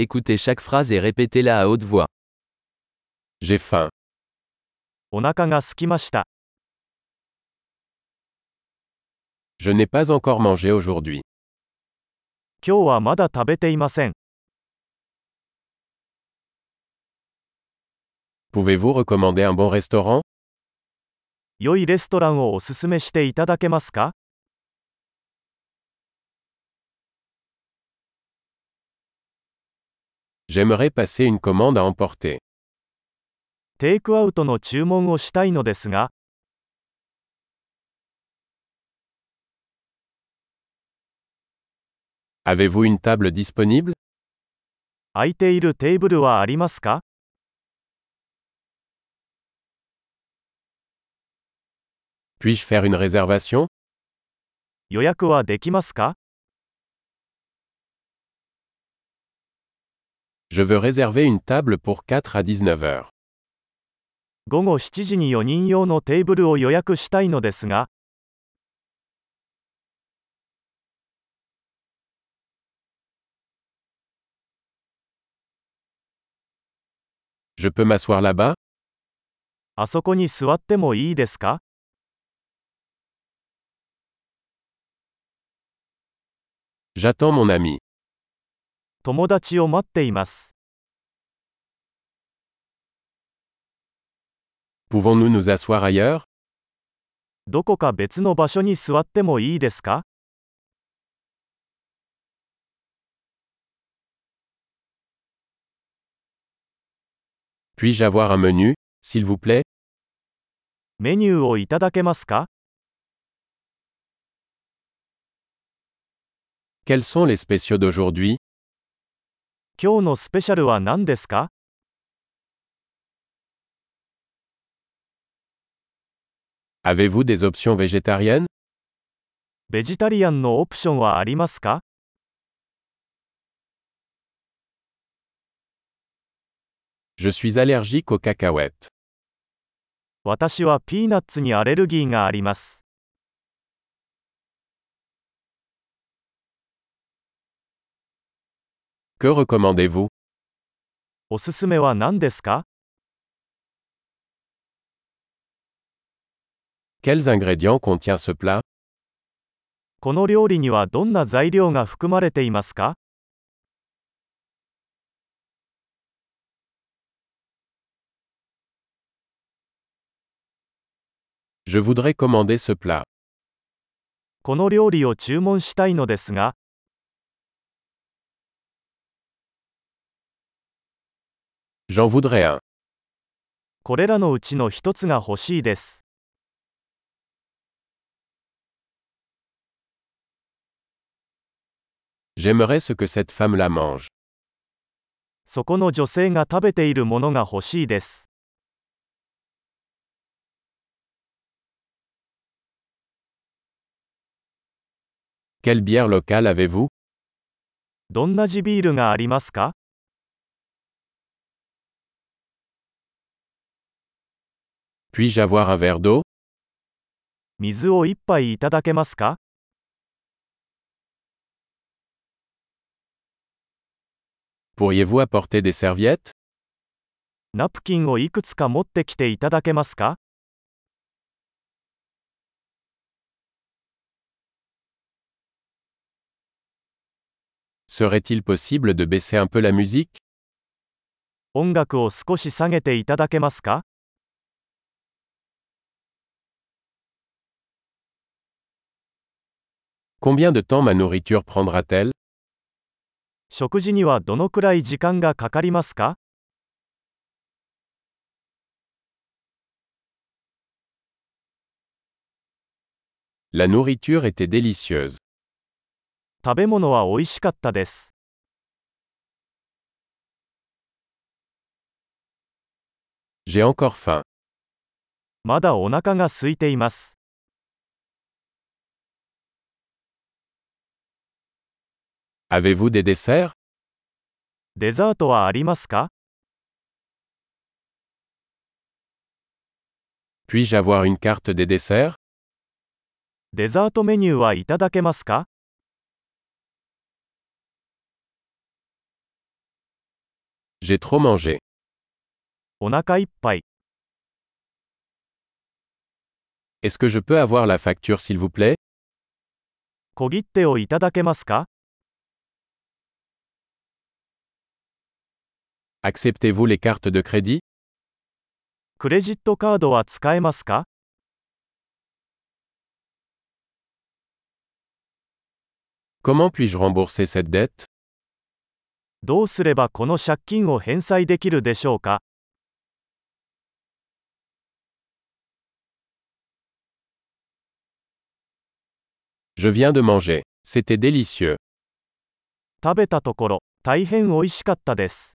Écoutez chaque phrase et répétez-la à haute voix. J'ai faim. お腹が空きました。 Je n'ai pas encore mangé aujourd'hui. 今日はまだ食べていません。 Pouvez-vous recommander un bon restaurant 良いレストランをおすすめしていただけますか J'aimerais passer une commande à emporter. テイクアウトの注文をしたいのですが、 Avez-vous une table disponible 空いているテーブルはありますか Puis-je faire une réservation 予約はできますか Je veux réserver une table pour 4 à 19 heures. 午後7時に4人用のテーブルを予約したいのですが、 Je peux m'asseoir là-bas あそこに座ってもいいですか J'attends mon ami. 友達を待っています。 Pouvons-nous nous asseoir ailleurs どこか別の場所に座ってもいいですか Puis-je avoir un menu, s'il vous plaît メニューをいただけますか Quels sont les spéciaux d'aujourd'hui 今日のスペシャルは何ですか Avez-vous des options végétariennes ベジタリアンのオプションはありますか Je suis allergique aux cacahuètes. 私はピーナッツにアレルギーがあります。 Que recommandez-vous おすすめは何ですか Quels ingrédients contient ce plat この料理にはどんな材料が含まれていますか Je voudrais commander ce plat. この料理を注文したいのですが、 J'en voudrais un. これらのうちの一つが欲しいです。 J'aimerais ce que cette femme la mange. そこの女性が食べているものが欲しいです。 Quelle bière locale avez-vous どんな地ビールがありますか Puis-je avoir un verre d'eau 水を一杯いただけますか Pourriez-vous apporter des serviettes ナプキンをいくつか持ってきていただけますか Serait-il possible de baisser un peu la musique 音楽を少し下げていただけますか Combien de temps ma nourriture prendra-t-elle 食事にはどのくらい時間がかかりますか La nourriture était délicieuse. 食べ物は美味しかったです。 J'ai encore faim. まだお腹が空いています。 Avez-vous des desserts デザートはありますか Puis-je avoir une carte des desserts デザートメニューはいただけますか J'ai trop mangé. お腹いっぱい。 Est-ce que je peux avoir la facture s'il vous plaît 小切手をいただけますか Acceptez-vous les cartes de crédit クレジットカードは使えますか Comment puis-je rembourser cette dette どうすればこの借金を返済できるでしょうか Je viens de manger. C'était délicieux. 食べたところ、大変美味しかったです。